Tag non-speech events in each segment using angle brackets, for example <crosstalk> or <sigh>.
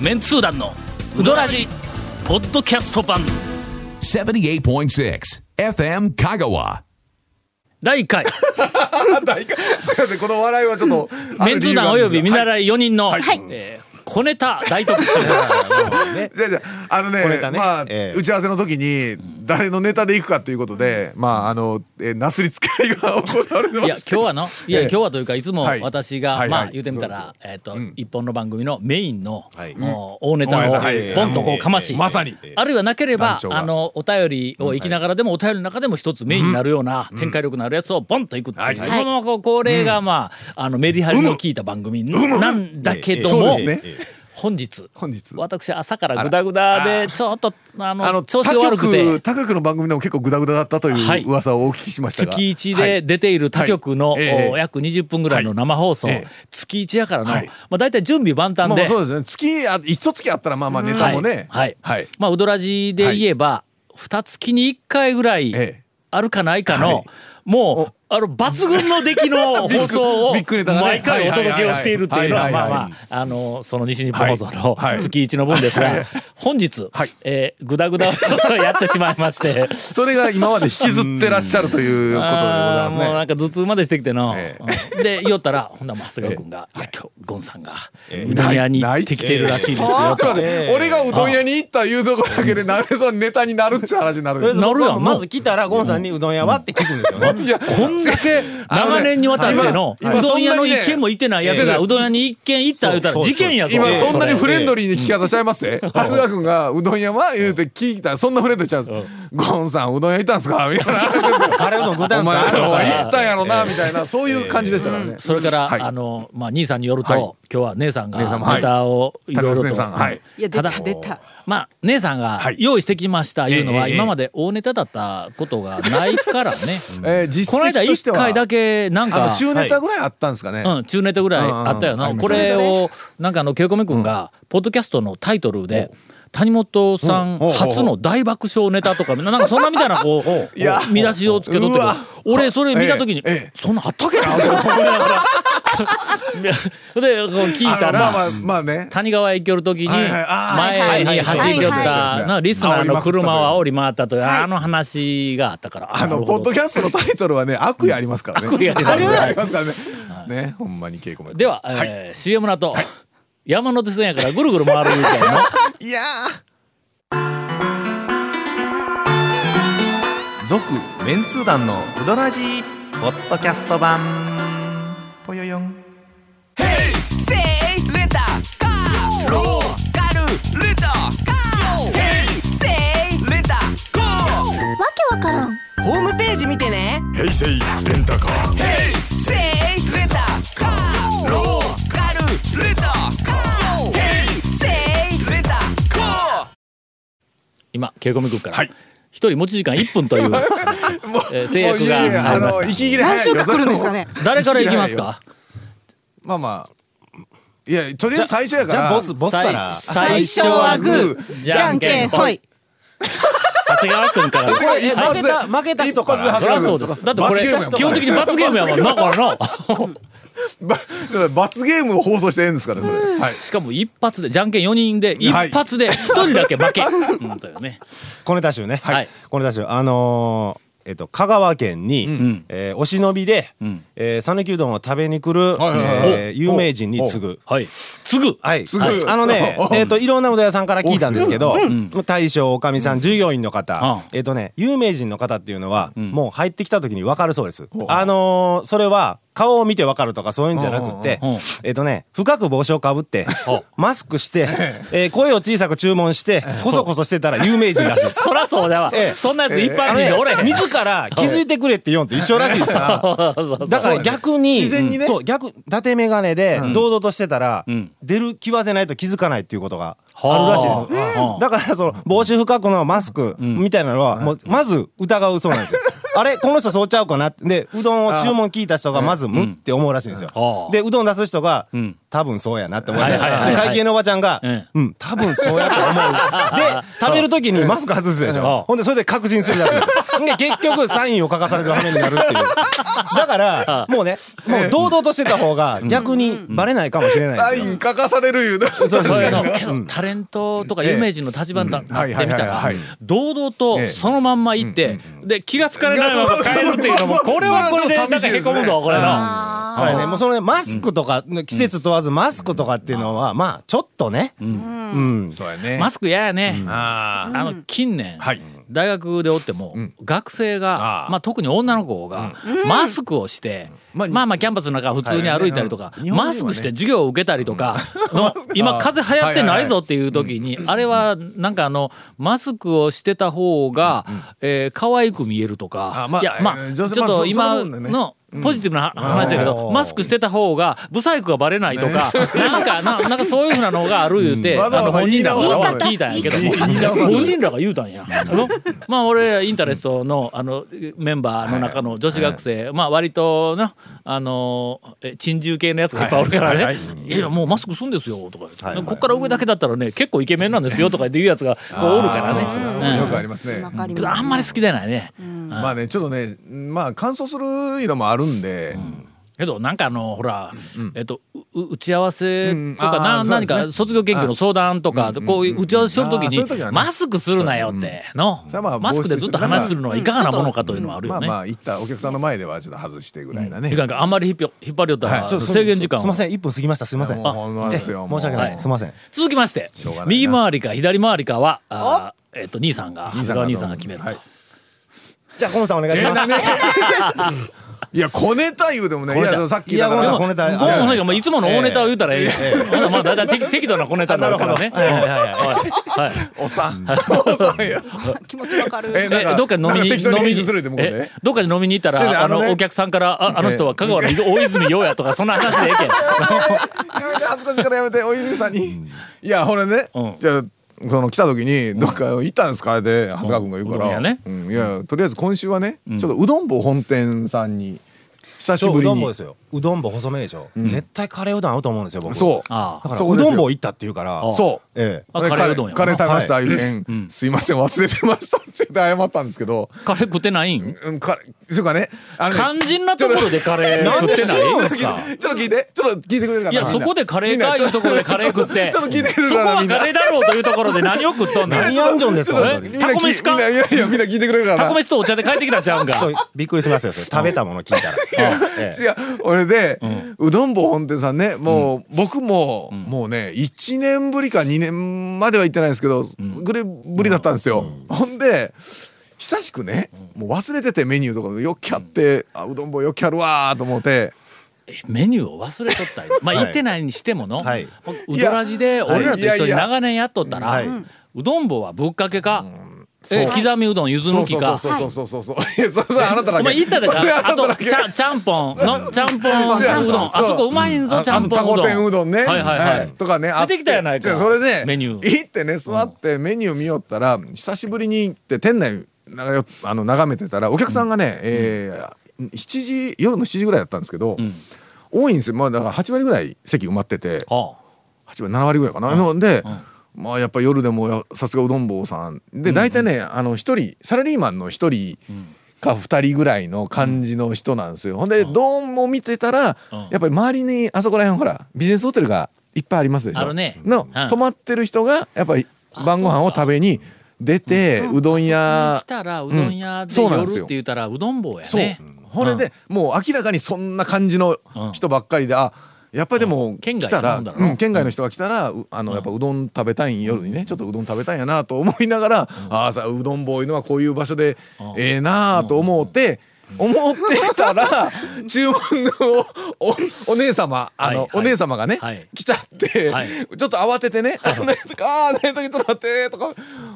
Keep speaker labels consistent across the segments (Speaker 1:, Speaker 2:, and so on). Speaker 1: メンツー団のウドラジポッドキャスト版
Speaker 2: 78.6 FM Kagawa.
Speaker 1: 第1回 <laughs>
Speaker 3: あ大会すいませんこの笑いはちょっとある
Speaker 1: メンツー団
Speaker 3: 理
Speaker 1: お
Speaker 3: 由
Speaker 1: よび見
Speaker 3: があるん
Speaker 1: 習い4人の、
Speaker 3: はい
Speaker 1: えー小ネタ大特 <laughs> 集
Speaker 3: です
Speaker 4: <laughs>
Speaker 3: よはいじゃあじゃああの
Speaker 4: 小ネ
Speaker 3: ね
Speaker 4: タね
Speaker 3: まあ
Speaker 4: ええ
Speaker 3: 打ち合わせの時に誰のネタでいくかということでまああのえなすりつけ合いが行われて
Speaker 1: いや
Speaker 3: ま
Speaker 1: 今
Speaker 3: し
Speaker 1: 日
Speaker 3: て
Speaker 1: はのいや
Speaker 3: ええ
Speaker 1: 今日はというかいつも
Speaker 3: はい
Speaker 1: 私が、
Speaker 3: はい
Speaker 1: ま
Speaker 3: は
Speaker 1: あ
Speaker 3: い
Speaker 1: 言うてみたら、えっ、と、
Speaker 3: ん
Speaker 1: 一本の番組のメインの、
Speaker 4: はい
Speaker 1: もう大ネタ
Speaker 3: 大ネ
Speaker 1: を
Speaker 3: タはい
Speaker 1: ポンとこうかまし、
Speaker 3: まさに
Speaker 1: あるいはなければ
Speaker 3: 団長が
Speaker 1: あのお便りを生きながらでもお便りの中でも一つメインになるような展開力のあるやつをボンといくっていう、
Speaker 3: はい
Speaker 1: このままこう恒例がまああのメリハリの効いた番組なんだけど
Speaker 3: うん
Speaker 1: も
Speaker 3: そうですね
Speaker 1: 本日
Speaker 3: 本日
Speaker 1: 私朝からグダグダでちょっとあの
Speaker 3: あの
Speaker 1: 調
Speaker 3: 他
Speaker 1: 子が悪くて
Speaker 3: 局他局の番組でも結構グダグダだったと
Speaker 1: はい
Speaker 3: いう噂をお聞きしましたが
Speaker 1: 月一で出ている他局の、
Speaker 3: はいええ
Speaker 1: お約20分ぐらいの生放送、
Speaker 3: はいええ
Speaker 1: 月一やからの、
Speaker 3: はい
Speaker 1: まあ、大体準備万
Speaker 3: ま
Speaker 1: 端
Speaker 3: あま
Speaker 1: で、
Speaker 3: あそうですね月あ一月あったらまあまあネタもね
Speaker 1: はい、はい
Speaker 3: はい
Speaker 1: まあウドラジで言えば、二月に一回ぐらい
Speaker 3: ええ
Speaker 1: あるかないかの、
Speaker 3: はい
Speaker 1: もうあの抜群の出来
Speaker 3: <laughs>
Speaker 1: の
Speaker 3: ビッグ
Speaker 1: 放送を
Speaker 3: ビッグネタがね
Speaker 1: 毎回お届けをしているっていうの
Speaker 3: は
Speaker 1: はい
Speaker 3: はい
Speaker 1: ま
Speaker 3: は
Speaker 1: あ
Speaker 3: い
Speaker 1: ま
Speaker 3: はい
Speaker 1: ああのその西日本放送の
Speaker 3: はいはい
Speaker 1: 月一の分ですが、本日、
Speaker 3: はい
Speaker 1: えー、グダグダを <laughs> やってしまいまして。
Speaker 3: それが今まで引きずってらっしゃるということでございま
Speaker 1: あー
Speaker 3: す
Speaker 1: もうな
Speaker 3: ね
Speaker 1: んか頭痛までしてきての、
Speaker 3: え
Speaker 1: うんで言おったらほんなら長谷川君が「いや今日ゴンさんがうどん屋に行ってきているらしいです
Speaker 3: ちょ
Speaker 1: よ」
Speaker 3: っと待って俺がうどん屋に行ったいうとこだけでなんでそのネタになるっちゅう話になるん
Speaker 4: と
Speaker 3: で
Speaker 4: りあえ
Speaker 3: す
Speaker 4: ず
Speaker 1: なる
Speaker 4: 僕
Speaker 1: やん
Speaker 4: はまず来たらゴンさんにうどん屋はって聞くんですよね。
Speaker 3: いや
Speaker 1: こんだけ長年にわたっての
Speaker 3: 今今
Speaker 1: うどん屋
Speaker 3: そんな
Speaker 1: の
Speaker 3: にね
Speaker 1: 一軒も行ってないやつが
Speaker 3: 今
Speaker 1: うどん屋に一軒行った言うたら
Speaker 4: そうそう
Speaker 1: 事件やぞ
Speaker 3: 今
Speaker 1: ええ
Speaker 3: そんなに
Speaker 1: れ
Speaker 3: フレンドリーに聞き方ちゃいますね <laughs> 長谷川君がうどん屋は言うて聞いたらそんなフレンドリーちゃうんですゴンさんうどん屋行ったんすかみたいな話で
Speaker 1: <laughs>
Speaker 3: すよ
Speaker 4: カレーうどん食うた
Speaker 3: お
Speaker 4: んす
Speaker 3: 前
Speaker 4: か
Speaker 3: ら
Speaker 4: と
Speaker 3: は
Speaker 4: かね
Speaker 3: 行ったんやろなみたいなそういう感じでしたからね
Speaker 1: それから、
Speaker 3: はい
Speaker 1: あのまあ兄さんによると、
Speaker 3: はい
Speaker 1: 今日は姉さんが
Speaker 3: 姉さんもはい
Speaker 1: ネタをいろいろと、
Speaker 3: 高橋さんはい
Speaker 5: いや出た
Speaker 1: ただ
Speaker 5: 出た
Speaker 1: まあ姉さんが
Speaker 3: はい
Speaker 1: 用意してきましたいうのは、
Speaker 3: ええええ
Speaker 1: 今まで大ネタだったことがないからね。
Speaker 3: えー実
Speaker 1: この間
Speaker 3: 績とし
Speaker 1: 一
Speaker 3: ては
Speaker 1: 回だけなん
Speaker 3: あ
Speaker 1: か
Speaker 3: の中ネタぐらいあったんですかね、
Speaker 1: うん、中ネタぐらいあったよ
Speaker 3: うん
Speaker 1: な、
Speaker 3: うんうん
Speaker 1: これをなんかあのケイコメ君がポッドキャストのタイトルで谷本さん
Speaker 3: うん
Speaker 1: 初の大爆笑ネタとかななんかそんなみたいなこう
Speaker 3: <laughs> いや
Speaker 1: 見出しをつけとって
Speaker 3: うわ
Speaker 1: 俺それ見た時に
Speaker 3: ええええ
Speaker 1: そんなんあったっけなと思いながら <laughs> でこう聞いたら。
Speaker 3: あのまあまあまあね
Speaker 1: 谷川へ行ける時に
Speaker 3: はいはいあー
Speaker 1: 前に走り寄っ
Speaker 5: はいは
Speaker 3: は
Speaker 5: い
Speaker 3: い
Speaker 1: た
Speaker 3: はい
Speaker 1: なリスナーの車を煽
Speaker 3: 煽
Speaker 1: り回ったというあの話があったから
Speaker 3: あのポッドキャストのタイトルはね悪意ありますからね
Speaker 1: 悪意あります
Speaker 3: 悪意ありますからねねほんまに稽古も
Speaker 1: では、えー CM の後、山手線やからぐるぐる回るみたいな。
Speaker 3: いやー続
Speaker 6: メンツー団のウドラジーポッドキャスト版ぽよよん
Speaker 7: ヘイレンタカーローカルレンタカーヘイセイレンタカー
Speaker 8: わけわからん
Speaker 7: ホームページ見てね
Speaker 9: 平成レンタカー
Speaker 7: ヘイセイレンタカーローカルレンタカーヘイセイレンタカー
Speaker 1: <laughs> 今稽古見君から
Speaker 3: は
Speaker 1: 一
Speaker 3: い
Speaker 1: 人持ち時間1分という
Speaker 3: もう
Speaker 1: えー制約が
Speaker 3: もういやいやあ
Speaker 1: ありまし
Speaker 3: の
Speaker 1: た
Speaker 3: 息切れ早い
Speaker 5: 何週間来るんですかね
Speaker 1: 誰からいきますか
Speaker 3: まあまあいやとりあえず最初やから
Speaker 4: じゃあボスボスか
Speaker 1: 最
Speaker 4: ら。
Speaker 1: 最初はグ
Speaker 3: ー
Speaker 1: ーじゃんけんぽい
Speaker 5: い
Speaker 1: 長谷川君からです
Speaker 3: これ一
Speaker 4: 負
Speaker 3: 発
Speaker 4: け
Speaker 3: で
Speaker 4: た負けた人から
Speaker 3: 一発
Speaker 1: そりゃ
Speaker 3: で外れ
Speaker 1: そ
Speaker 3: る
Speaker 1: うですだってこれ
Speaker 3: 罰ゲームやもん
Speaker 1: 基本的に罰ゲームやもんなこれの
Speaker 3: ばそれ罰ゲームを放送してええんですからそれはい
Speaker 1: しかも一発でじゃんけん4人で一
Speaker 3: はい
Speaker 1: 発で一人だけ負け、うんというね
Speaker 4: 小ネタ集ね。
Speaker 1: はい
Speaker 4: 小ネタ集あのーえっと香川県に、えーお忍びで
Speaker 1: ん
Speaker 4: えー讃岐うどんを食べに来る
Speaker 3: はいはいはい
Speaker 4: えー有名人に次ぐ。
Speaker 1: はい継ぐ
Speaker 4: はい、
Speaker 3: すぐ、
Speaker 4: はいあ
Speaker 1: <laughs>
Speaker 4: のね
Speaker 3: うん
Speaker 4: えっといろんなうどん屋さんから聞いたんですけど、大将おかみさん従業員の方、
Speaker 1: う
Speaker 4: えっとね有名人の方っていうのは、もう入ってきた時に分かるそうです、あのーそれは顔を見て分かるとかそういうんじゃなくって、
Speaker 1: うんうんうん
Speaker 4: えっとね深く帽子をかぶって
Speaker 1: うん
Speaker 4: マスクして、えー声を小さく注文してこそこそしてたら有名人らしいで
Speaker 1: <laughs>
Speaker 4: す。
Speaker 1: そらそうだわ、
Speaker 4: ええ
Speaker 1: そんなやつ一般
Speaker 4: あ
Speaker 1: 人
Speaker 4: のね
Speaker 1: でおれへん、
Speaker 4: 自ら気づいてくれって言うんと一緒ら
Speaker 1: <laughs>
Speaker 4: しいですよ。だから逆に
Speaker 3: 自然にね
Speaker 4: うんそう逆伊達眼鏡で堂々としてたら、
Speaker 1: ん
Speaker 4: 出る際でないと気づかないっていうことが
Speaker 1: はあ
Speaker 4: あるらしいです、
Speaker 1: うん
Speaker 4: うんだからその帽子深くのマスクみたいなのはもうまず疑うそうなんですよあれこの人そうちゃうかなってでうどんを注文聞いた人がまず「む」って思うらしいんですよ、
Speaker 1: うん
Speaker 4: でうどん出す人が「
Speaker 1: ん
Speaker 4: 多分そうやなって思って、
Speaker 1: はいはいはい
Speaker 4: で会計のおばちゃんが、
Speaker 1: うん
Speaker 4: うん、多分そうやと思う。で、食べるときにマスク外すでし
Speaker 1: うん
Speaker 4: ょ。ほんで、それで確信するやつです。で、結局、サインを書かされる羽目になるっていう。だから、もうね、もう堂々としてた方が逆にバレないかもしれないです
Speaker 3: サ
Speaker 4: よ。
Speaker 3: イン書かされるいうな。
Speaker 4: そうそう
Speaker 1: そういうの
Speaker 4: 確かに
Speaker 1: タレントとか有名人の立場になってみ
Speaker 3: はいはいはい
Speaker 1: たら
Speaker 3: はい
Speaker 1: 堂々とそのまんま行ってで気がつかれないまま帰るっていうのもこれはこれでなんかへこむぞこれの。
Speaker 4: はいね、もうそのね、マスクとか、季節問わずマスクとかっていうのは、まあ、ちょっとね、うん。
Speaker 3: そうやね
Speaker 1: マスク嫌やね。
Speaker 3: あ
Speaker 1: あの近年、
Speaker 3: はい
Speaker 1: 大学でおっても、学生が
Speaker 3: ああ
Speaker 1: まあ、特に女の子が、マスクをして、
Speaker 3: まあ
Speaker 1: まあまあキャンパスの中普通に歩いたりとか、
Speaker 3: 日本人はね
Speaker 1: マスクして授業を受けたりとか
Speaker 3: <laughs>
Speaker 1: の、今風邪流行ってないぞっていう時に、あれはなんかあのマスクをしてた方が、えー可愛く見えるとか、
Speaker 3: あまあ
Speaker 1: いやま
Speaker 3: え
Speaker 1: あ
Speaker 3: ー
Speaker 1: ちょ
Speaker 3: 女
Speaker 1: っ
Speaker 3: 性まあ
Speaker 1: と今
Speaker 3: そうそういうもんだね
Speaker 1: の。ポジティブな話だけど、
Speaker 4: あー
Speaker 1: マスクしてた方が不細工がバレないとか、なんかななんかそういうふうなのがある言うて、
Speaker 3: わざわざ
Speaker 1: あの本人ら
Speaker 3: 言い直
Speaker 1: は
Speaker 3: さない
Speaker 1: 聞いたんやけども
Speaker 3: 言い直さない
Speaker 1: 個人らが言うたんや。のまあ俺インタレストのあのメンバーの中の女子学生、まあ割となあのえ珍獣系のやつがいっぱいおるからね「い
Speaker 4: はいはい
Speaker 1: やいやもうマスクすんですよ」とか言って、
Speaker 4: はいはい
Speaker 1: こっから上だけだったらね結構イケメンなんですよ」とか言って言うやつがこうおるからね。うん
Speaker 3: よくありますね。
Speaker 5: わかり
Speaker 1: けど
Speaker 5: ま
Speaker 1: あ
Speaker 5: す
Speaker 1: んまり好きじゃないね。
Speaker 3: まあねちょっとねまあ乾燥するのもあるんで、
Speaker 1: けどなんかあのほら、えっとうう打ち合わせとか、
Speaker 3: うんあ
Speaker 1: な
Speaker 3: ーそう
Speaker 1: 何
Speaker 3: ですね
Speaker 1: か卒業研究の相談とか、こういう打ち合わせしとる時
Speaker 3: あー
Speaker 1: に、
Speaker 3: そういう時はね
Speaker 1: マスクするなよっての、
Speaker 3: それはまあ
Speaker 1: マスクでずっと話するのはいかがなものかというのはある
Speaker 3: ま
Speaker 1: よ
Speaker 3: あ
Speaker 1: ね。
Speaker 3: まあ行ったお客さんの前ではちょっと外してぐらいだね。
Speaker 1: いかんかあんまり引っぴょ引っ張り寄ったら、
Speaker 3: はい
Speaker 4: ちょっと
Speaker 1: 制限時間
Speaker 4: すみ
Speaker 1: を
Speaker 4: ません、1分過ぎました。すみません。
Speaker 3: もうほんまですよ
Speaker 4: え
Speaker 3: もう
Speaker 4: 申し訳ないです。すみません。
Speaker 1: 続きまして
Speaker 3: ょうがないな
Speaker 1: 右回りか左回りかはあーえっと兄さんが長谷
Speaker 3: 兄さんが
Speaker 1: 川兄さんが決めると、
Speaker 3: はい
Speaker 4: じゃあ、コンさんお願いし <laughs> ます。
Speaker 3: いや小ネタ言うでもねい
Speaker 1: ネタ
Speaker 3: やさっき
Speaker 4: いや
Speaker 3: だ
Speaker 4: ご
Speaker 3: か
Speaker 4: めんな
Speaker 3: ら
Speaker 4: さい、小ネタ。
Speaker 1: ゴーンの
Speaker 4: あ
Speaker 1: 方がもういつもの大ネタを言うたらええよ、まあまあだいたい適適度な小ネタになるからね。
Speaker 4: はいはいはいはい
Speaker 1: はいはい
Speaker 3: おっさんおっさんや。
Speaker 5: <laughs> 気持ちわかる
Speaker 3: えなんか
Speaker 1: えどっかで飲みに
Speaker 3: なんか適当に
Speaker 1: 飲み
Speaker 3: 編
Speaker 1: に
Speaker 3: 集するで向こうで
Speaker 1: えどっかで飲みに行ったら、
Speaker 3: ちょっとね
Speaker 1: あの
Speaker 3: あのね
Speaker 1: お客さんからああの人は香川の大泉洋やとかそんな話でええけん。
Speaker 3: やめて恥ずかしいからやめておゆみさんに。いやほらね、
Speaker 1: うん
Speaker 3: じゃあその来た時にどっか行ったんですかで長谷川君が言うか
Speaker 1: うどん
Speaker 3: ら、
Speaker 1: 屋ね
Speaker 3: うんいやとりあえず今週はね、ちょっとうどん坊本店さんに久しぶり
Speaker 4: うどんぼ
Speaker 3: に
Speaker 4: ですよ。うどんぼ細めでしょ。絶対カレーうどん合うと思うんですよ、僕。
Speaker 3: そう
Speaker 1: あ
Speaker 4: だ
Speaker 1: あ
Speaker 4: から
Speaker 3: そうこですよ
Speaker 4: どんぼ行ったっていうから。
Speaker 1: あ
Speaker 3: そう。
Speaker 4: ええ。
Speaker 1: あ
Speaker 3: で
Speaker 1: カレーうどんや
Speaker 3: カレー食べました、
Speaker 4: は
Speaker 3: いうてんすいません忘れてましたって言って謝ったんですけど、
Speaker 1: カレー食ってないん
Speaker 3: うん、カレーそうかねあのね
Speaker 1: 肝心なところでカレー
Speaker 4: な
Speaker 1: 食
Speaker 4: んで
Speaker 1: ってない
Speaker 4: そう
Speaker 3: ちょ
Speaker 4: で
Speaker 3: っと
Speaker 4: すか
Speaker 3: 聞いてちょっと聞いてちょっと聞いてくれるかない
Speaker 1: や
Speaker 3: みん
Speaker 1: そ
Speaker 3: な
Speaker 1: こでカレーか
Speaker 3: み
Speaker 1: い
Speaker 3: ん
Speaker 1: う
Speaker 3: なち
Speaker 1: と
Speaker 3: ょ
Speaker 1: ころでカレー食って
Speaker 3: ちょっと聞いてくれる
Speaker 1: そこ
Speaker 3: かな
Speaker 1: は
Speaker 3: みんな
Speaker 1: カレーだろうというところで何を食っとんだ
Speaker 4: 何やんじょんですか、
Speaker 1: え
Speaker 4: 本当に。
Speaker 3: みんな
Speaker 1: タコ飯か
Speaker 3: みんないやいやみんな聞いてくれるか
Speaker 1: タ
Speaker 3: な
Speaker 1: コ飯とお茶で帰ってきたんちゃうんか
Speaker 4: そうびっくりしますよ、それ <laughs> 食べたもの聞いた <laughs> ら。ええ
Speaker 3: 違う俺で、うどん坊本店さんねもう、僕も、もうね1年ぶりか2年までは行ってないですけど、ぐれぶりだったんですよ、ほんで久しくね、もう忘れててメニューとかもよくやって、あうどん坊よくやるわーと思って
Speaker 1: メニューを忘れと
Speaker 3: <laughs>
Speaker 1: ったんやまあ
Speaker 4: はい
Speaker 1: 行ってないにしてもの、
Speaker 4: はいう
Speaker 1: どらじで俺らと一
Speaker 3: いや
Speaker 1: 緒
Speaker 3: い
Speaker 1: に
Speaker 3: や
Speaker 1: 長年やっとったら、
Speaker 4: はいう
Speaker 1: どん坊はぶっかけか、
Speaker 4: う
Speaker 1: え刻みうどんゆず
Speaker 3: そ
Speaker 1: 抜
Speaker 3: う
Speaker 1: き
Speaker 3: そうそ
Speaker 1: か
Speaker 3: うそうそうそうそうそういやそれそれあなただけ
Speaker 1: お前言ったで
Speaker 3: それあ
Speaker 1: かあ
Speaker 3: なた
Speaker 1: と
Speaker 3: だけ
Speaker 1: ちゃんちゃんぽんのちゃんぽんちゃんうどんあそこうまいんぞちゃ
Speaker 3: あ
Speaker 1: ん
Speaker 3: の
Speaker 1: ぽん
Speaker 3: タ
Speaker 1: う
Speaker 3: コ
Speaker 1: どん
Speaker 3: 天うどんね、
Speaker 1: はいはいはい、
Speaker 3: とかねあっ
Speaker 1: 出
Speaker 3: て
Speaker 1: てきたやないか
Speaker 3: 違うそれで
Speaker 1: メニュー
Speaker 3: 行ってね座ってメニュー見よったら、久しぶりに行って店内長よあの眺めてたらお客さんがね、えー7時夜の7時ぐらいだったんですけど、多いんですよまあだから8割ぐらい席埋まってて
Speaker 1: は
Speaker 3: 8割7割ぐらいかな、ので、まあやっぱ夜でもやさすがうどん坊さんで大体ね、あの一人サラリーマンの一人か二人ぐらいの感じの人なんですよ、ほんでどうも見てたら、
Speaker 1: うん
Speaker 3: やっぱり周りにあそこら辺ほらビジネスホテルがいっぱいありますでしょ
Speaker 1: あるね
Speaker 3: の、
Speaker 1: うん
Speaker 3: 泊まってる人がやっぱり晩ご飯を食べに出て、うどん
Speaker 1: あ
Speaker 3: 屋
Speaker 1: 来たらうどん屋で
Speaker 3: そうなん
Speaker 1: 夜っ
Speaker 3: ですよ
Speaker 1: て言ったらうどん坊や
Speaker 3: そう
Speaker 1: ね。
Speaker 3: これで、もう明らかにそんな感じの人ばっかりで、あやっぱりでも
Speaker 1: 県
Speaker 3: 来
Speaker 1: 外
Speaker 3: たら、
Speaker 1: なんだろう
Speaker 3: うん県外の人が来たら、うあのやっぱうどん食べたいん夜にねちょっとうどん食べたいんやなと思いながら、ああさうどん坊いうのはこういう場所でええなあと思って。思ってたら注文のおおお姉様あの、
Speaker 1: はいはい
Speaker 3: お姉様がね、
Speaker 1: はい
Speaker 3: 来ちゃって、
Speaker 1: はい
Speaker 3: ちょっと慌ててね「あ何やったかあ何やったかちょっと待って」とか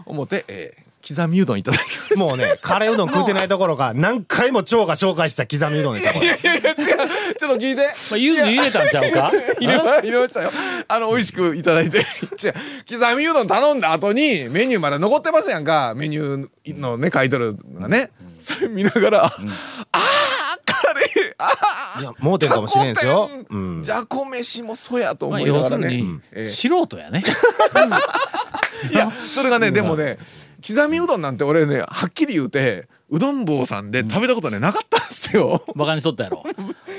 Speaker 3: 思って、えー刻みうどんいただきました。 <laughs>
Speaker 4: もう <laughs> ね、カレーうどん食ってないところが、何回も蝶が紹介した刻みうどんですよ、これ。
Speaker 3: ちょっと聞いて
Speaker 1: まあゆず入れたんちゃうか。
Speaker 3: <laughs> 入れま入れましたよあの美味しくいただいて <laughs> 違う刻みうどん頼んだ後にメニューまだ残ってますやんかメニューのね書いてるのがねそれ見ながら「ああーカレーあ
Speaker 4: いや盲点かもしれんですよ
Speaker 3: タコ。
Speaker 4: う
Speaker 3: 天
Speaker 4: ん。
Speaker 3: じゃこ飯もそうやと
Speaker 1: ま
Speaker 3: 思
Speaker 1: あ、
Speaker 3: いな
Speaker 1: 要
Speaker 3: が
Speaker 1: す
Speaker 3: ら
Speaker 1: る
Speaker 3: ね。
Speaker 1: に、素人
Speaker 3: <laughs>
Speaker 1: やね。
Speaker 3: いやそれがねでもね刻みうどんなんて俺ねはっきり言うてうどん坊さんで食べたことねなかったんですよ。
Speaker 1: バカにしとったやろ。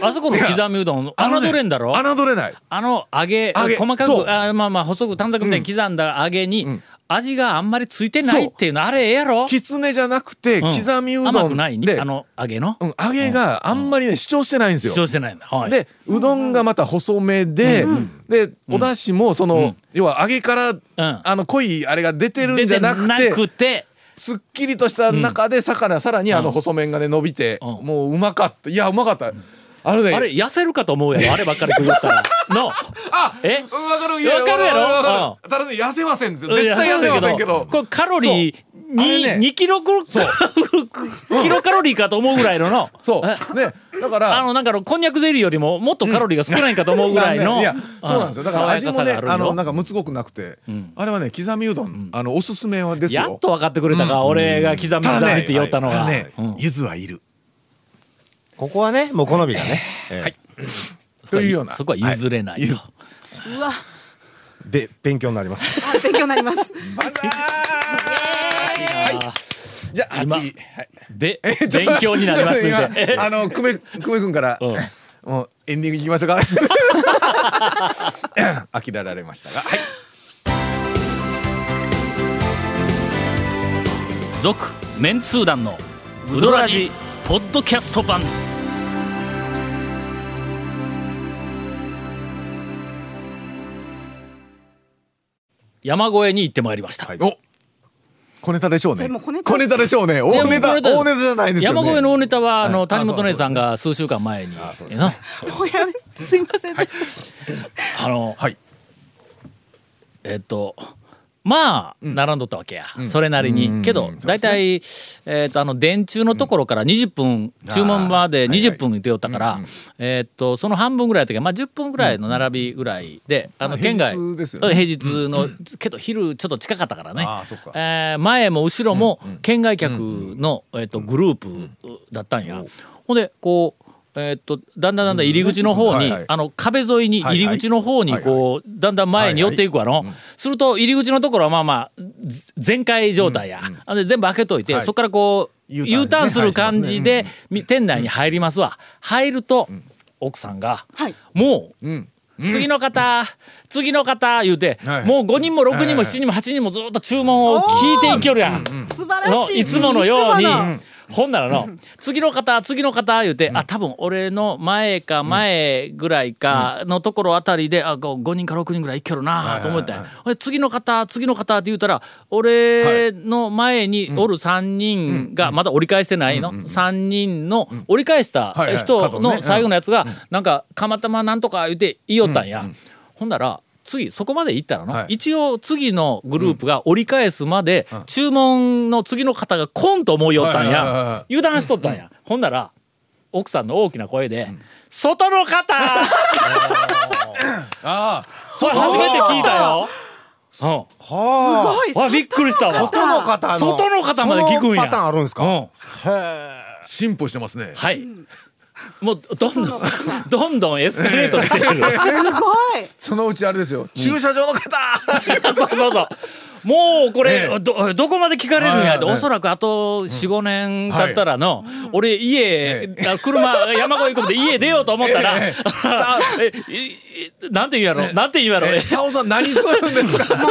Speaker 1: あそこの刻みうどん、侮れんだろ。
Speaker 3: 侮れない。
Speaker 1: あの揚げ
Speaker 3: 揚げ
Speaker 1: 細か
Speaker 3: そう
Speaker 1: くあまあまあ細く短冊みたいに刻んだ揚げに、味があんまりついてないっていうのあれええやろ、
Speaker 3: きつねじゃなくて
Speaker 1: うん
Speaker 3: 刻みうどんで、
Speaker 1: 甘くないねあの揚げの、
Speaker 3: うん揚げがあんまりね主張してないんですよ
Speaker 1: 主。張してないんだ、はい、
Speaker 3: でうどんがまた細めで、でお出汁もその、要は揚げから、あの濃いあれが出てるんじゃなく
Speaker 1: 出
Speaker 3: て
Speaker 1: なくて
Speaker 3: すっきりとした中で魚、さらにあの細麺がね伸びて、
Speaker 1: うん
Speaker 3: もううまかったいやうまかったあれね
Speaker 1: あれ痩せるかと思うやろあればっかり食いよったら
Speaker 3: <laughs>
Speaker 1: の
Speaker 3: あ
Speaker 1: え
Speaker 3: うんわかるい
Speaker 1: わかるやろ
Speaker 3: わかるただね痩せませんですよ絶対痩せませんけど
Speaker 1: これカロリー
Speaker 3: そうあれ
Speaker 1: に
Speaker 3: ね
Speaker 1: 2キロぐ <laughs> キロカロリーかと思うぐらいのの
Speaker 3: そう
Speaker 1: え
Speaker 3: ねだから
Speaker 1: あのなんかのこんにゃくゼリーよりももっとカロリーが少ないんかと思うぐらいの、
Speaker 3: いやそうなんですよだから味も
Speaker 1: 爽
Speaker 3: ね
Speaker 1: やかさが
Speaker 3: あ
Speaker 1: あるよ
Speaker 3: のなんかむつごくなくて、
Speaker 1: ん
Speaker 3: あれはね刻みうどん、あのおすすめはですよ
Speaker 1: やっと分かってくれたか、俺が刻み刻みって言おったの
Speaker 3: た
Speaker 1: は、
Speaker 3: だね
Speaker 1: うん
Speaker 3: 柚子はいる
Speaker 4: ここはねもう好みがね。ええ
Speaker 1: そこは
Speaker 3: というような
Speaker 1: そこは譲れないと、
Speaker 5: うわ
Speaker 4: べ勉強になります。
Speaker 5: あ勉強になります
Speaker 3: 万歳はいじゃあ
Speaker 1: 今
Speaker 3: 次はい
Speaker 1: で勉強になりますん <laughs>
Speaker 3: <laughs> ちょっと
Speaker 1: で
Speaker 3: 今あの久米久米君から
Speaker 1: うん
Speaker 3: もうエンディングいきましょうか <laughs> 飽きられましたがはい
Speaker 1: 「続、メンツー団のウドラジポッドキャスト版」山越えに行ってまいりました、
Speaker 3: お小ネタでしょう
Speaker 5: そ
Speaker 3: ね
Speaker 5: れもう小ネタ
Speaker 3: 小ネタでしょうね
Speaker 1: いや
Speaker 3: 大ネタ
Speaker 1: もうこれだ
Speaker 3: 大ネタじゃないですよね
Speaker 1: 山越えの大ネタはあ
Speaker 3: は
Speaker 1: の
Speaker 3: い
Speaker 1: 谷
Speaker 3: あそう
Speaker 1: 本
Speaker 3: です
Speaker 1: 姉さんが数週間前に
Speaker 3: あそうで
Speaker 1: な
Speaker 5: もうやめすいませんでした、
Speaker 1: あの
Speaker 3: はい
Speaker 1: えっとまあ並んどったわけや、それなりに、けど大体、えっとあの電柱のところから20分、注文まで20分いておったから、えっとその半分ぐらいだったけど、まあ、10分ぐらいの並びぐらいで、あの
Speaker 3: まあ
Speaker 1: 県外
Speaker 3: 平日ですよね
Speaker 1: うん平日の、けど昼ちょっと近かったからね
Speaker 3: あーそっか
Speaker 1: えー前も後ろも県外客の、えっとグループだったんや、ほんでこうえっとだんだんだんだん入り口の方
Speaker 3: は
Speaker 1: に、
Speaker 3: いはい
Speaker 1: あの壁沿いに入り口の方にこうだんだん前に寄っていくわの、すると入り口のところはまあまあぜ全開状態や、あで全部開けといて、
Speaker 3: はい
Speaker 1: そこからこう U
Speaker 3: U ターンね
Speaker 1: ターンする感じで、み店内に入りますわ入ると、奥さんが、
Speaker 5: はい
Speaker 1: もう、次の方、次の方言うて、
Speaker 3: はい
Speaker 1: もう5人も6人も7人も8人もずっと注文を聞いていきよるやん。
Speaker 5: 素晴ら
Speaker 1: の
Speaker 5: しい
Speaker 1: いつものように
Speaker 5: いつもの
Speaker 1: ほんならの次の方次の方言うて、あ多分俺の前か前ぐらいかのところあたりで、あこう5人か6人ぐらいいけるなと思ったんやほんで次の方次の方って言うたら俺の前におる3人がまだ折り返してないの、3人の折り返した
Speaker 3: はいはい
Speaker 1: 人
Speaker 3: 角のね
Speaker 1: の最後のやつがなんか「釜玉なんとか」言うて言いよったんや。ほんなら次そこまで行ったらの、
Speaker 3: はい
Speaker 1: 一応次のグループが折り返すまで注文の次の方が来んと思いよったん
Speaker 3: はいはいはいは
Speaker 1: や油断しとったんや、ほんなら奥さんの大きな声で「外の方! 」
Speaker 3: ああ
Speaker 1: それ初めて聞いたよ。う
Speaker 5: す
Speaker 4: は
Speaker 5: ごい
Speaker 1: ん、わびっくりしたわ。
Speaker 4: <laughs> 外の方の
Speaker 1: 外の方まで聞くんや
Speaker 4: そのパターンあるんですか。
Speaker 1: うん
Speaker 3: 進歩してますね
Speaker 1: はい。もうどんどんどんどんエスカレートしてる。
Speaker 5: すごい
Speaker 3: そのうちあれですよ駐車場の方
Speaker 1: <laughs> そうそうそう。もうこれ、
Speaker 3: ええ
Speaker 1: どどこまで聞かれるんやって、
Speaker 3: はいはいはい
Speaker 1: おそらくあと45年経ったらの、俺家、あ車山越え込んで家出ようと思ったら、 <laughs> えいいなんて言うやろなんて言うやろ、
Speaker 3: えタオさん何するんです
Speaker 5: <laughs>
Speaker 3: か
Speaker 1: そ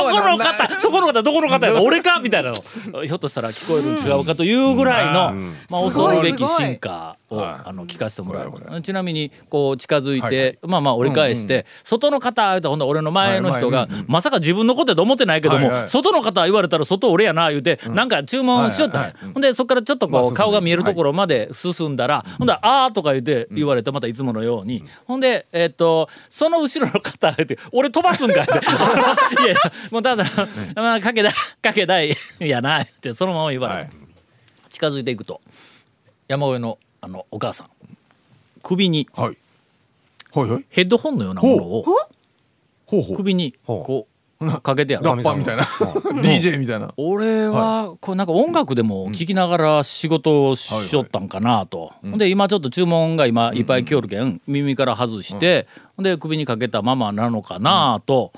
Speaker 1: この方そこの方どこの方やろ俺かみたいなのひょっとしたら聞こえるん違うかというぐらいの、まあ、
Speaker 5: すご
Speaker 1: 恐
Speaker 5: い
Speaker 1: るべき
Speaker 5: すごい
Speaker 1: 進化をあの聞かせてもらいま
Speaker 3: これは
Speaker 1: す
Speaker 3: こ
Speaker 1: ちなみにこう近づいて、
Speaker 3: はいはい
Speaker 1: まあまあ折り返して、外の方言うたらほんで俺の前の人が、
Speaker 3: はい前
Speaker 1: まさか自分のことやと思ってないけども、
Speaker 3: はいはい
Speaker 1: 外の方言われたら外俺やな言うて、なんか注文しよったんや、
Speaker 3: はいはいはい
Speaker 1: ほんでそこからちょっと
Speaker 3: まあ
Speaker 1: こ
Speaker 3: 進
Speaker 1: うん
Speaker 3: で
Speaker 1: 顔が見えるところまで進んだら、ほんだら「あー」とか言って言われてまたいつものように、ほんでえっとその後ろの方言って「俺飛ばすんか」ってあの「いやいやもうただ、まあ、かけだかけだいやな」ってそのまま言われて、
Speaker 3: はい
Speaker 1: 近づいていくと山越えのあのお母さん首に
Speaker 3: はいはいはい
Speaker 1: ヘッドホンのようなものを
Speaker 3: ほうほう
Speaker 1: 首に
Speaker 4: ほう
Speaker 1: こうかけてや
Speaker 3: ラ
Speaker 1: ろ
Speaker 3: ッパーみたいな DJ みたいな
Speaker 1: 俺はこうなんか音楽でも聴きながら仕事をしよったんかなと、ほんで今ちょっと注文が今いっぱい来よるけん耳から外して、ほんで首にかけたままなのかなと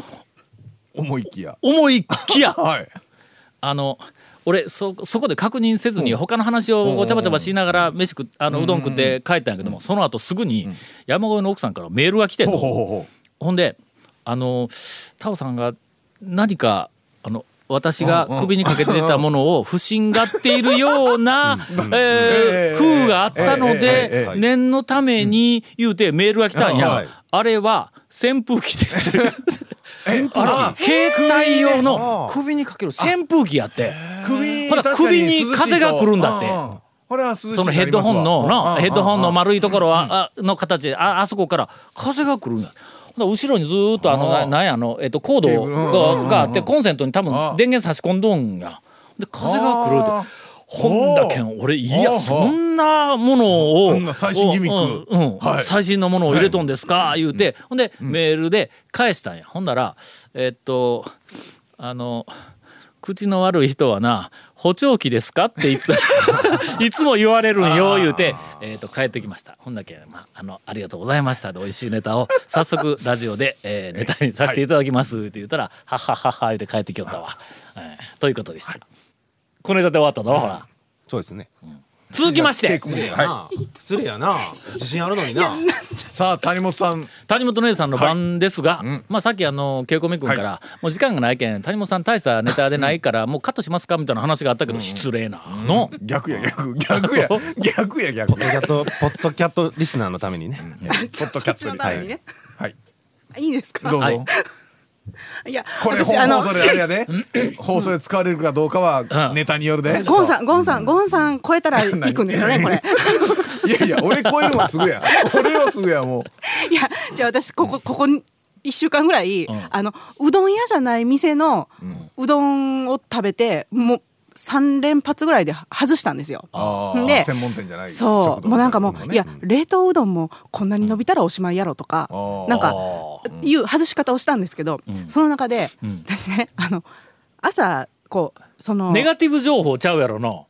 Speaker 3: 思いきや
Speaker 1: 思いきや
Speaker 3: はい
Speaker 1: <laughs> あの俺そそこで確認せずに他の話をこうちゃばちゃばしながら飯食っあのうどん食って帰ったんやけどもその後すぐに山越えの奥さんからメールが来てん
Speaker 3: ほう
Speaker 1: の
Speaker 3: ほうほうほ
Speaker 1: ほんであのタオさんが何かあの私が首にかけてたものを不審がっているよう
Speaker 3: <laughs>
Speaker 1: な、えー
Speaker 3: ええ
Speaker 1: 風があったの
Speaker 3: えええ
Speaker 1: で
Speaker 3: え
Speaker 1: 念のために言うてメールが来たんや、
Speaker 3: はい
Speaker 1: あれは扇風機です
Speaker 3: <laughs>
Speaker 1: 携
Speaker 3: うあ
Speaker 1: <laughs> 帯用の首にかける扇風機やって
Speaker 3: ら首
Speaker 1: ほら
Speaker 3: 確か
Speaker 1: 首に
Speaker 3: 涼しいと
Speaker 1: 風が来るんだって
Speaker 3: ああこれは涼しい
Speaker 1: そのヘッドホンののヘッドホンの丸いところはあの形でああそこから風が来るんだ。ほんなら後ろにずーっとあのななんやあのえっとコー
Speaker 3: ケーブルうんうん
Speaker 1: ド
Speaker 3: うんう
Speaker 1: が
Speaker 3: ん
Speaker 1: があってコンセントに多分
Speaker 3: ああ
Speaker 1: 電源差し込んどんや。で風が来るっ
Speaker 3: ああ
Speaker 1: て。ほんだけん俺いや
Speaker 3: ああ
Speaker 1: そんなものを
Speaker 3: んな最新ギミック
Speaker 1: うんうん
Speaker 3: はい
Speaker 1: 最新のものを入れとんですか言うてほんでメールで返したんやほんならえっとあの口の悪い人はな補聴器ですかっていつ <laughs> いつも言われるんよ言うて、えー、と帰ってきましたほんだけ、まあ、あのありがとうございましたで美味しいネタを早速ラジオで、えーネタにさせていただきますって言ったら「はっはっはっは」言うて帰ってきよったわ、えーということでした、このネタで終わったんだろほら
Speaker 4: そうですね。
Speaker 1: 続きまして
Speaker 4: 失礼やな。失礼やな。自信あるのにな。
Speaker 3: さあ谷本さん
Speaker 1: 谷本姉さんの番ですが、まあさっきあの稽古目君から、もう時間がないけん谷本さん大したネタでないからもうカットしますかみたいな話があったけど、失礼なの。
Speaker 3: 逆や逆逆や逆や逆
Speaker 4: ポッドキャット、ポッドキャットリスナーのためにね。
Speaker 3: ポッドキャットより
Speaker 5: そっちのためにね。
Speaker 3: はい
Speaker 5: いいですか。
Speaker 3: どうぞ、
Speaker 1: はい
Speaker 5: いや、
Speaker 3: これ
Speaker 5: 私
Speaker 3: 本
Speaker 5: あ
Speaker 3: 放
Speaker 5: の
Speaker 3: 送であれやで放送で使われるかどうかはネタによるで
Speaker 5: ゴンさん、ゴンさん、ゴンさん超えた <laughs> ら行くんですよね、これ。
Speaker 3: いやいや俺超えるもんすぐ
Speaker 1: <laughs>
Speaker 3: や俺はすぐやもう
Speaker 5: いや、じゃあ私、ここ、ここに、一週間ぐらい、あの、うどん屋じゃない店の、うどんを食べて、もう、3連発ぐらいで外したんですよ。
Speaker 3: あ
Speaker 5: ん
Speaker 3: あ
Speaker 5: で
Speaker 3: 専門店じゃない
Speaker 5: そう、もうなんかもう、いや、
Speaker 3: ん
Speaker 5: 冷凍うどんもこんなに伸びたらおしまいやろとか
Speaker 3: あ、ー
Speaker 5: なんか、いう外し方をしたんですけど、その中で、私ね、あの、朝、こう、その、
Speaker 1: ネガティブ情報ちゃうやろの。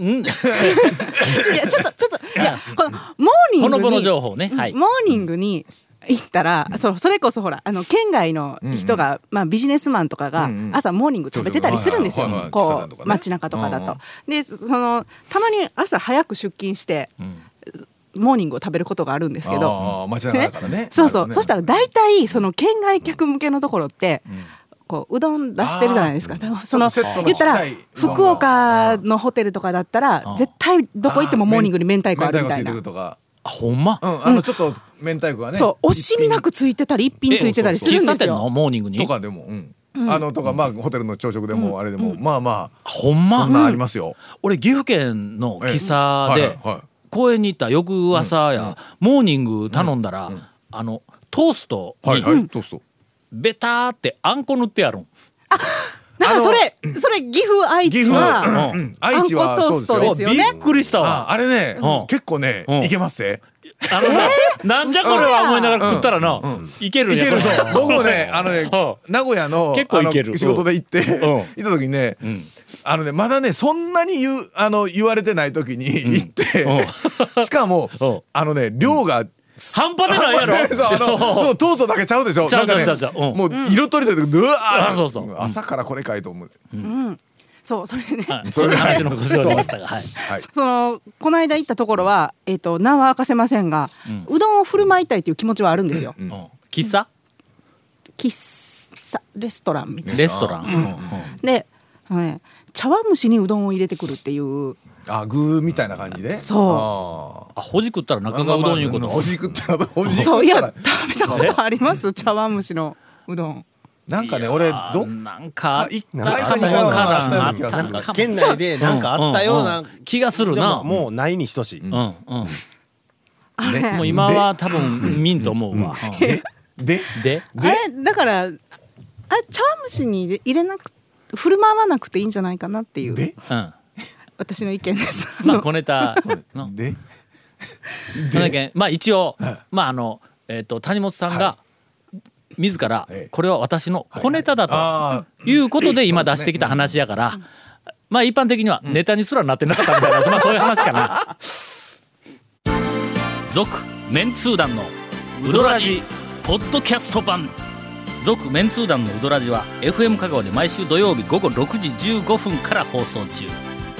Speaker 5: ちょいやちょっとちょっとい <laughs> やこのモーニングに
Speaker 1: ほのぼの情報ねはい
Speaker 5: モーニングに行ったら、そのそれこそほらあの県外の人が、まあ、ビジネスマンとかが朝モーニング食べてたりするんですよ、
Speaker 3: はいはいはい喫茶店
Speaker 5: こ
Speaker 3: とかね
Speaker 5: う街中とかだと。でそのたまに朝早く出勤して、モーニングを食べることがあるんですけ
Speaker 3: あ
Speaker 5: ど
Speaker 3: ー街中だからね
Speaker 5: そうそ
Speaker 3: なるほど
Speaker 5: う
Speaker 3: ね
Speaker 5: そしたら大体その県外客向けのところって、こううどん出してるじゃないですか。その
Speaker 3: セットの
Speaker 5: 言
Speaker 3: ち
Speaker 5: っ
Speaker 3: っち
Speaker 5: たら
Speaker 3: ゃいうどんが
Speaker 5: 福岡のホテルとかだったら絶対どこ行ってもモーニングに明太子あるみた
Speaker 3: 明太子ついて
Speaker 5: いな
Speaker 3: くる。とか
Speaker 1: あほんま
Speaker 3: う。んあのちょっと明太子がね
Speaker 5: そう惜しみなくついてたり一品ついてたりする
Speaker 1: 喫
Speaker 5: ん
Speaker 1: 茶
Speaker 5: です
Speaker 1: 店の
Speaker 5: よ。
Speaker 1: モーニングに
Speaker 3: とかでもうんあのとかまあホテルの朝食でもあれでもまあまあ
Speaker 1: ほんま
Speaker 3: そんなんありますよ
Speaker 1: 俺岐阜県の喫茶で
Speaker 3: ええはいはいはい
Speaker 1: 公園に行った翌朝やモーニング頼んだらあのトースト
Speaker 3: はいは
Speaker 1: に
Speaker 3: いどうぞ
Speaker 1: ベターってあんこ塗ってやるん
Speaker 5: だからそれそれ岐阜愛知は
Speaker 1: う
Speaker 3: うん
Speaker 1: ん
Speaker 3: 愛知はそうです
Speaker 5: あんこトー
Speaker 3: よ
Speaker 5: スト
Speaker 1: び
Speaker 5: よね
Speaker 1: っくりした
Speaker 3: あ
Speaker 1: わ
Speaker 3: あれね
Speaker 1: うん
Speaker 3: 結構ね
Speaker 1: うん
Speaker 3: いけますぜ
Speaker 1: あのななんじゃこれは思いながら食ったらな
Speaker 3: うん
Speaker 1: いける
Speaker 3: い
Speaker 1: んや
Speaker 3: け
Speaker 1: <laughs>
Speaker 3: るそう僕もねあのね
Speaker 1: そう
Speaker 3: 名古屋の
Speaker 1: 結構いける
Speaker 3: あの仕事で行って、
Speaker 1: ん
Speaker 3: 行った時にね、あのねまだねそんなに言うあの言われてない時に行って、 <laughs> しかも、
Speaker 1: うん
Speaker 3: あのね量が、
Speaker 1: 半端でないやろ
Speaker 3: <laughs> そうあのそのトーストだけちゃうでしょ
Speaker 1: ちゃ
Speaker 3: な
Speaker 1: うん
Speaker 3: かね
Speaker 1: ちゃうちゃうちゃううん
Speaker 3: もう色とりどりでうわー
Speaker 1: あそうそううん
Speaker 3: 朝からこれかいと思う、
Speaker 5: そうそれでね、
Speaker 1: はいそういう話のことでおりましたがはい
Speaker 3: はい
Speaker 5: そのこの間行ったところはえっ、と名は明かせませんが、うどんを振る舞いたいという気持ちはあるんですよ。
Speaker 1: うん喫茶
Speaker 5: 喫茶レストランみたい
Speaker 1: レストランうんうん
Speaker 5: な。で、あのね、茶碗蒸しにうどんを入れてくるっていう。
Speaker 3: あ具みたいな感じで
Speaker 5: そ
Speaker 1: あほじくったら
Speaker 3: あー
Speaker 1: 中がうどんいうこと
Speaker 3: まあまあおじくったらおじくったら
Speaker 5: そういや食べたことあります茶碗蒸しのうどん。
Speaker 3: なんかね俺どっ
Speaker 1: なんか
Speaker 3: か一回
Speaker 1: なんか
Speaker 3: か二回はあったような気がす
Speaker 4: な
Speaker 3: る
Speaker 4: んか県内でなんかあったよう
Speaker 1: う
Speaker 4: なん
Speaker 1: うんうん気がするな
Speaker 4: でももうないに等しい。
Speaker 1: うんうん
Speaker 5: あれ
Speaker 1: もう今は多分ミンと思うわ。
Speaker 3: でで
Speaker 1: うんで、
Speaker 5: あれだからあれ茶碗蒸しに入れ入れなく振る舞わなくていいんじゃないかなっていう
Speaker 3: で
Speaker 1: うん、
Speaker 5: 私の意見です。
Speaker 1: まあ
Speaker 5: あの
Speaker 1: 小ネタの、
Speaker 3: で
Speaker 1: なんだっけまあ一応まああのえっ、と谷本さんが、自ら
Speaker 3: ええ
Speaker 1: これは私の小ネタだ
Speaker 3: あ
Speaker 1: ということで今出してきた話やからまあ一般的にはネタにすらなってなかったみたい
Speaker 3: <laughs>
Speaker 1: なまあそういう話かな。続メンツー団のウドラジポッドキャスト版続メンツー団のウドラジは FM 香川で毎週土曜日午後6時15分から放送中。